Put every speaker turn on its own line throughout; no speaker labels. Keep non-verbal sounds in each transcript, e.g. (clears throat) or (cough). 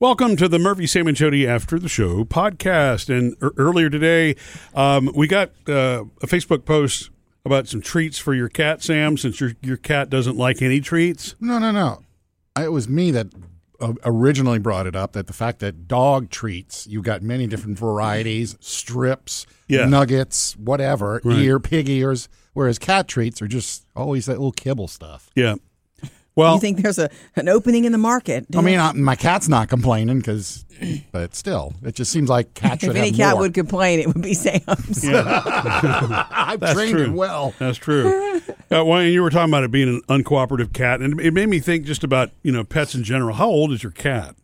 Welcome to the Murphy, Sam, and Jody After the Show podcast. And ear- earlier today, um, we got uh, a Facebook post about some treats for your cat, Sam, since your, your cat doesn't like any treats.
No, no, no. I, it was me that uh, originally brought it up that the fact that dog treats, you got many different varieties, strips,
Yeah.
nuggets, whatever,
Right.
ear, pig ears, whereas cat treats are just always that little kibble stuff.
Yeah. Well,
you think there's a an opening in the market?
I mean, I, my cat's not complaining because, but still, it just seems like cats
if
should
any
have
cat
more.
would complain, it would be
(laughs)
Sam's.
I've
That's
trained
true.
it well.
That's
(laughs)
true. Uh, well, and you were talking about it being an uncooperative cat, and it made me think just about you know pets in general. How old is your cat?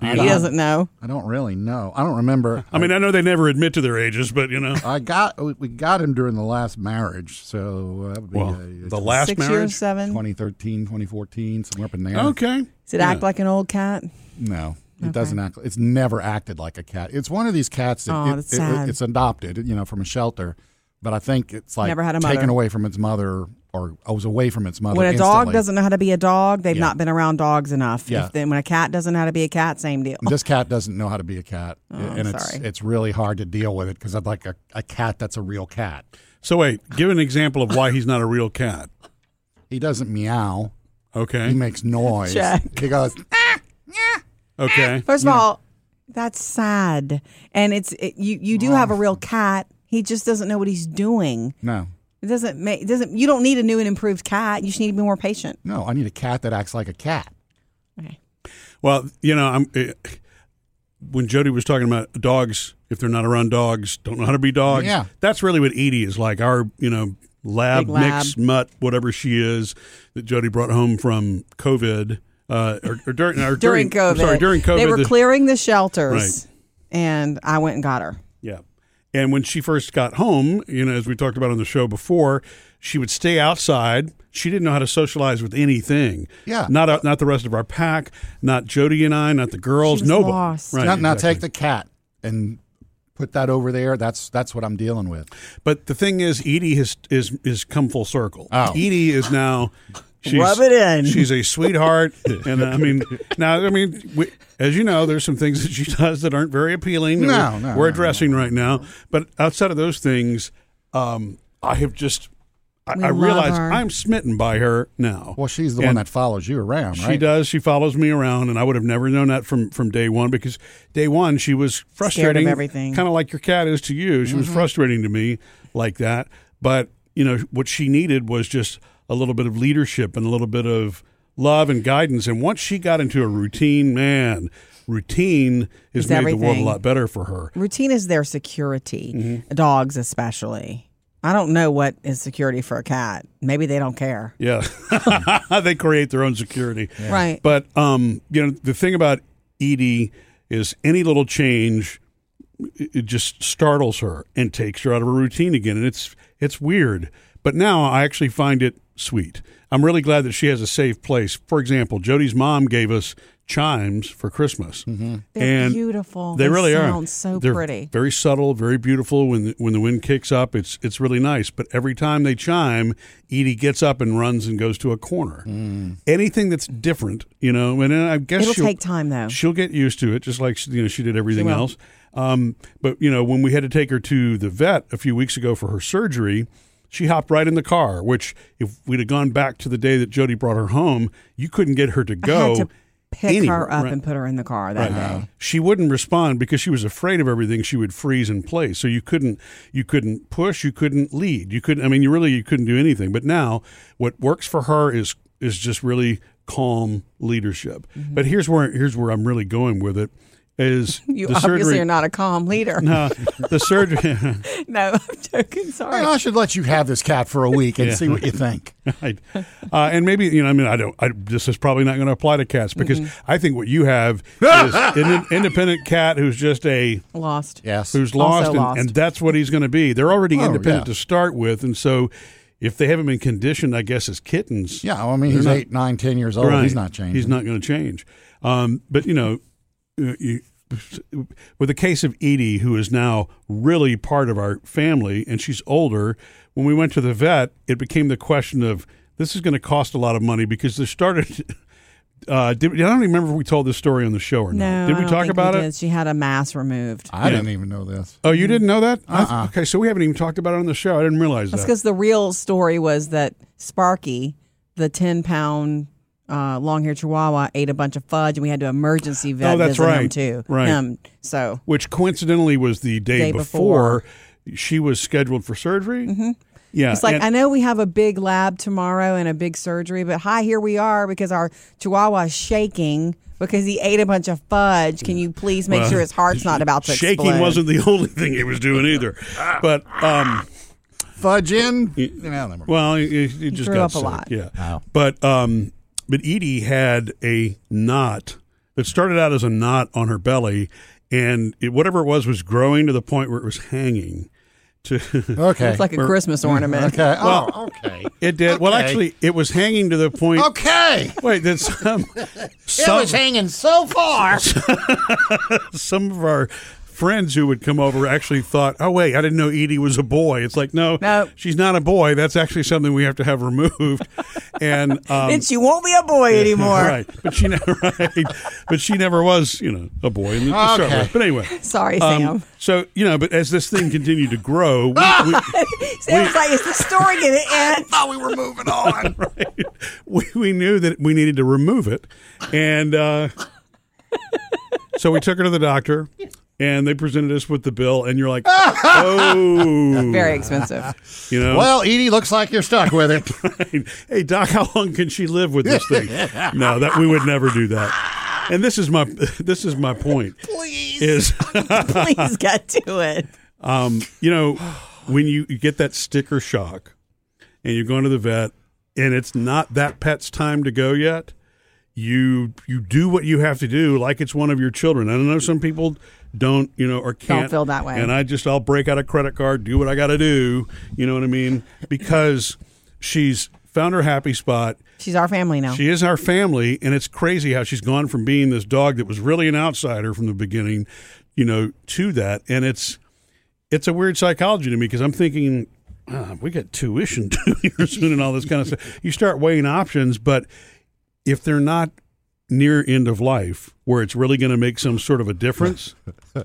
I
He
don't,
doesn't know.
I don't really know. I
(laughs)
don't remember.
I mean, I know they never admit to their ages, but you know,
I got we- we got him during the last marriage, so that would be
well,
uh,
the last
Six
marriage.
years, seven.
2013, 2014, somewhere up in there.
Okay.
Does it act like an old cat?
No, it doesn't act. It's never acted like a cat. It's one of these cats that
Aw,
it-
that's
it-
sad.
it's adopted, you know, from a shelter. But I think it's like
Never had a
taken
mother.
away from its mother, or I was away from its mother.
When a
instantly.
dog doesn't know how to be a dog, they've
Yeah.
not been around dogs enough.
Yeah.
If then when a cat doesn't know how to be a cat, same deal.
this cat doesn't know how to be a cat, and it's
Oh, sorry.
it's really hard to deal with it because I'd like a, a cat that's a real cat.
So wait, give an example of why he's not a real cat.
He doesn't meow. He
Okay.
makes noise.
Jack.
He goes.
Okay.
First of all, that's sad, and it's it, you. You do have a real cat. He just doesn't know what he's doing.
No,
It doesn't make. It doesn't. You don't need a new and improved cat. You just need to be more patient.
no. I need a cat that acts like a cat.
Okay.
Well, you know, I'm. eh, when Jody was talking about dogs, if they're not around dogs, don't know how to be dogs.
Yeah.
That's really what Edie is like. Our, you know, lab,
Big lab.
mix mutt, whatever she is that Jody brought home from COVID. Uh, or, or during, or
(laughs) During, COVID,
I'm sorry, during COVID.
they were
the-
clearing the shelters, and I went and got her.
Yeah. And when she first got home, you know, as we talked about on the show before, she would stay outside. She didn't know how to socialize with anything.
Yeah.
Not uh, not the rest of our pack, not Jody and I, not the girls,
She was
nobody.
lost.
Right.
now, now
exactly.
take the cat and put that over there. That's that's what I'm dealing with.
But the thing is, Edie has is is come full circle.
Oh.
Edie is
(laughs)
now. She's,
Rub it in.
She's a sweetheart, and uh, I mean, now I mean, we, as you know, there's some things that she (laughs) does that aren't very appealing. that
No,
we're,
no,
we're
no,
addressing right now. But outside of those things, um, I have just, I,
We
I
love
realize
her.
I'm smitten by her now.
Well, she's the
And-
one that follows you around,
She
right?
does. She follows me around, and I would have never known that from from day one because day one she was frustrating,
everything. Mm-hmm.
kind of like your cat is to you. She was frustrating to me like that. But you know what she needed was just a little bit of leadership and a little bit of love and guidance. And once she got into a routine, man, routine has
It's
made the world a
everything.
lot better for her.
Routine is their security.
Mm-hmm.
Dogs, especially. I don't know what is security for a cat. Maybe they don't care.
Yeah, (laughs) they create their own security.
Right.
But um, you know, the thing about Edie is any little change, it it just startles her and takes her out of her routine again, and it's it's weird. But now I actually find it sweet. I'm really glad that she has a safe place. For example, Jody's mom gave us chimes for Christmas,
They're
and
beautiful.
They, really are.
Oh, sound so
They're
pretty.
Very subtle, very beautiful. When the, when the wind kicks up, it's it's really nice. But every time they chime, Edie gets up and runs and goes to a corner. Anything that's different, you know, and I guess
It'll
she'll-
take time, though.
She'll get used to it, just like she- you know she did everything
will.
else. Um, but you know, when we had to take her to the vet a few weeks ago for her surgery, she hopped right in the car. Which, if we'd have gone back to the day that Jody brought her home, you couldn't get her to
I
go.
had to pick
anywhere.
her up
Right.
and put her in the car that day.
Uh, She wouldn't respond because she was afraid of everything. She would freeze in place. So you couldn't you couldn't push, you couldn't lead. You couldn't I mean you really you couldn't do anything. But now what works for her is is just really calm leadership.
Mm-hmm.
But here's where here's where I'm really going with it is
(laughs) You
the
obviously
surgery
are not a calm leader. (laughs) No,
uh, (laughs) the surgery (laughs)
I'm joking. Sorry.
Well, I should let you have this cat for a week and see what
(laughs)
you think.
Right. Uh, and maybe you know, I mean, I don't. I, this is probably not going to apply to cats because
Mm-hmm.
I think what you have
(laughs)
is an independent cat who's just a
Lost.
Yes.
who's
Also
lost and,
lost.
and that's what he's going to be. They're already
Oh,
independent
yeah.
to start with, and so if they haven't been conditioned, I guess as kittens,
yeah, well, I mean, he's
not-
eight, nine, ten years old.
right,
He's not changing.
He's not going to change. Um, but you know, uh, you, with the case of Edie, who is now really part of our family, and she's older. When we went to the vet, it became the question of this is going to cost a lot of money because there started. (laughs) Uh, did, I don't remember if we told this story on the show or
No,
not. Did
I
we
don't
talk
think
about
we
it?
did. She had a mass removed.
I didn't even know this.
Oh, you didn't know that? I-
Uh-uh.
okay, so we haven't even talked about it on the show. I didn't realize
That's
that.
because the real story was that Sparky, the ten pound uh, long haired Chihuahua, ate a bunch of fudge, and we had to emergency vet
Oh, that's
visit him
right.
too.
Right. Uh,
Him. So
Which coincidentally was the day,
Day
before,
before.
she was scheduled for surgery. Mm-hmm. Yeah,
it's like
and-
I know we have a big lab tomorrow and a big surgery, but hi, here we are because our Chihuahua is shaking because he ate a bunch of fudge. Can you please make sure his heart's not about to
shaking
explode?
wasn't the (laughs) only thing he was doing either. But um,
Fudge in? No, never mind.
well, it, it it just
threw
got
up a
sick.
lot.
Yeah,
Wow.
but um, but Edie had a knot that started out as a knot on her belly, and it, whatever it was was growing to the point where it was hanging. To
Okay.
It's like a Christmas ornament.
okay. Oh, okay.
it did well.
Okay.
Actually, it was hanging to the point.
Okay.
Wait, then (laughs) some
It
some,
was hanging
(laughs)
so far.
some of our friends who would come over actually thought, "Oh wait, I didn't know Edie was a boy." It's like, no,
No.
she's not a boy. That's actually something we have to have removed. and um,
Then she won't be a boy
(laughs)
anymore.
right, but she never, (laughs) right, but she never was, you know, a boy. In the, to start
Okay.
with. But anyway,
Sorry,
um, so you know, but as this thing continued to grow, we, we,
Sam. Sam's like, is the story going to end?
thought we were moving on.
we, we knew that we needed to remove it. And uh, so we took her to the doctor and they presented us with the bill. And you're like, oh,
Very expensive.
you know,
Well, Edie looks like you're stuck with
(laughs)
it.
hey, doc, how long can she live with this thing? no, that we would never do that. And this is my (laughs) this is my point
Please.
is
Please get to it.
um, you know when you, you get that sticker shock and you're going to the vet and it's not that pet's time to go yet you you do what you have to do like it's one of your children and i know some people don't you know or can't
feel that way.
and i just i'll break out a credit card do what i gotta do you know what i mean because she's found her happy spot
She's our family now.
she is our family, and it's crazy how she's gone from being this dog that was really an outsider from the beginning, you know, to that. And it's it's a weird psychology to me because I'm thinking ah, we got tuition (laughs) due here soon and all this kind of stuff. You start weighing options, but if they're not near end of life where it's really going to make some sort of a difference,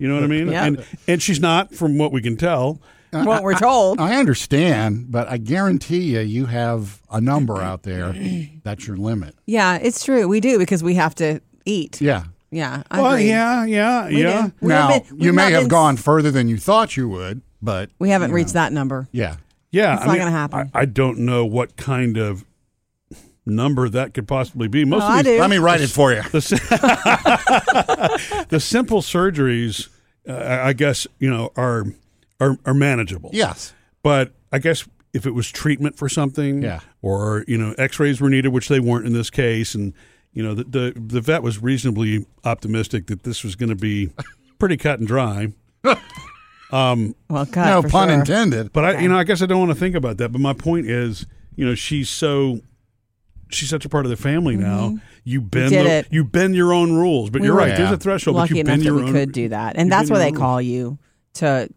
you know what I mean?
(laughs) Yeah.
And and she's not, from what we can tell.
From what we're told.
I understand, but I guarantee you, you have a number
(clears throat)
out there that's your limit.
Yeah, it's true. We do because we have to eat.
Yeah.
Yeah. I
Well,
agree.
Oh, yeah, yeah,
We
yeah.
do. We
now,
have been-
you
we've
may
not
have
been-
gone further than you thought you would, but
We haven't reached that number.
yeah.
Yeah,
It's not gonna happen.
I, I don't know what kind of number that could possibly be. Most
Oh,
of
I
these,
do.
Let me write it for you. (laughs)
the, si- the simple surgeries, uh, I I guess you know are are, are manageable.
Yes.
but I guess if it was treatment for something,
Yeah.
or you know, X-rays were needed, which they weren't in this case, and you know, the the, the vet was reasonably optimistic that this was going to be (laughs) pretty cut and dry.
Well, God,
no
for
pun
sure.
intended.
But I, you know, I guess I don't want to think about that. But my point is, you know, she's so she's such a part of the family now. You bend
Mm-hmm. did
the-
it.
you bend your own rules, but
We
you're
were
right. There's
Yeah.
a threshold, but
Lucky
you
enough
bend
that
your
we
own.
could do that. And
you
that's
bend
where they
your own-
call you to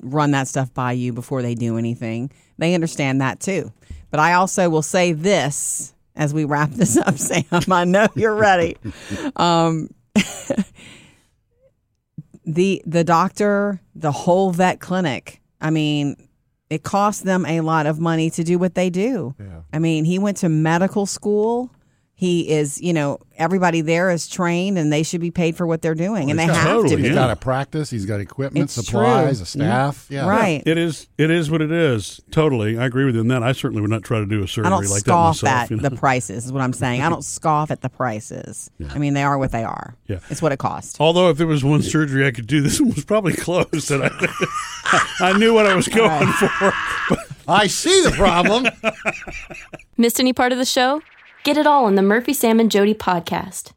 run that stuff by you before they do anything. They understand that too. But I also will say this as we wrap this up, (laughs) Sam. I know you're ready. Um, the the doctor, the whole vet clinic. I mean, it costs them a lot of money to do what they do. I mean, he went to medical school. He is, you know, everybody there is trained, and they should be paid for what they're doing, and they
Well,
have to
totally,
be.
He's
Yeah.
got a practice. He's got equipment,
It's
supplies,
true.
a staff. Yeah.
Right.
It is. It is what it is. Totally, I agree with you on that. I certainly would not try to do a surgery
I don't
like that
scoff
myself.
at
you know?
the prices, is what I'm
(laughs)
saying. I don't scoff at the prices. I mean, they are what they are.
Yeah.
It's what it costs.
(laughs) Although, if there was one surgery I could do, this one was probably (laughs) closed, and I, (laughs) I knew what I was going for.
I see the problem.
(laughs)
Missed any part of the show? Get it all on the Murphy, Sam, and Jody podcast.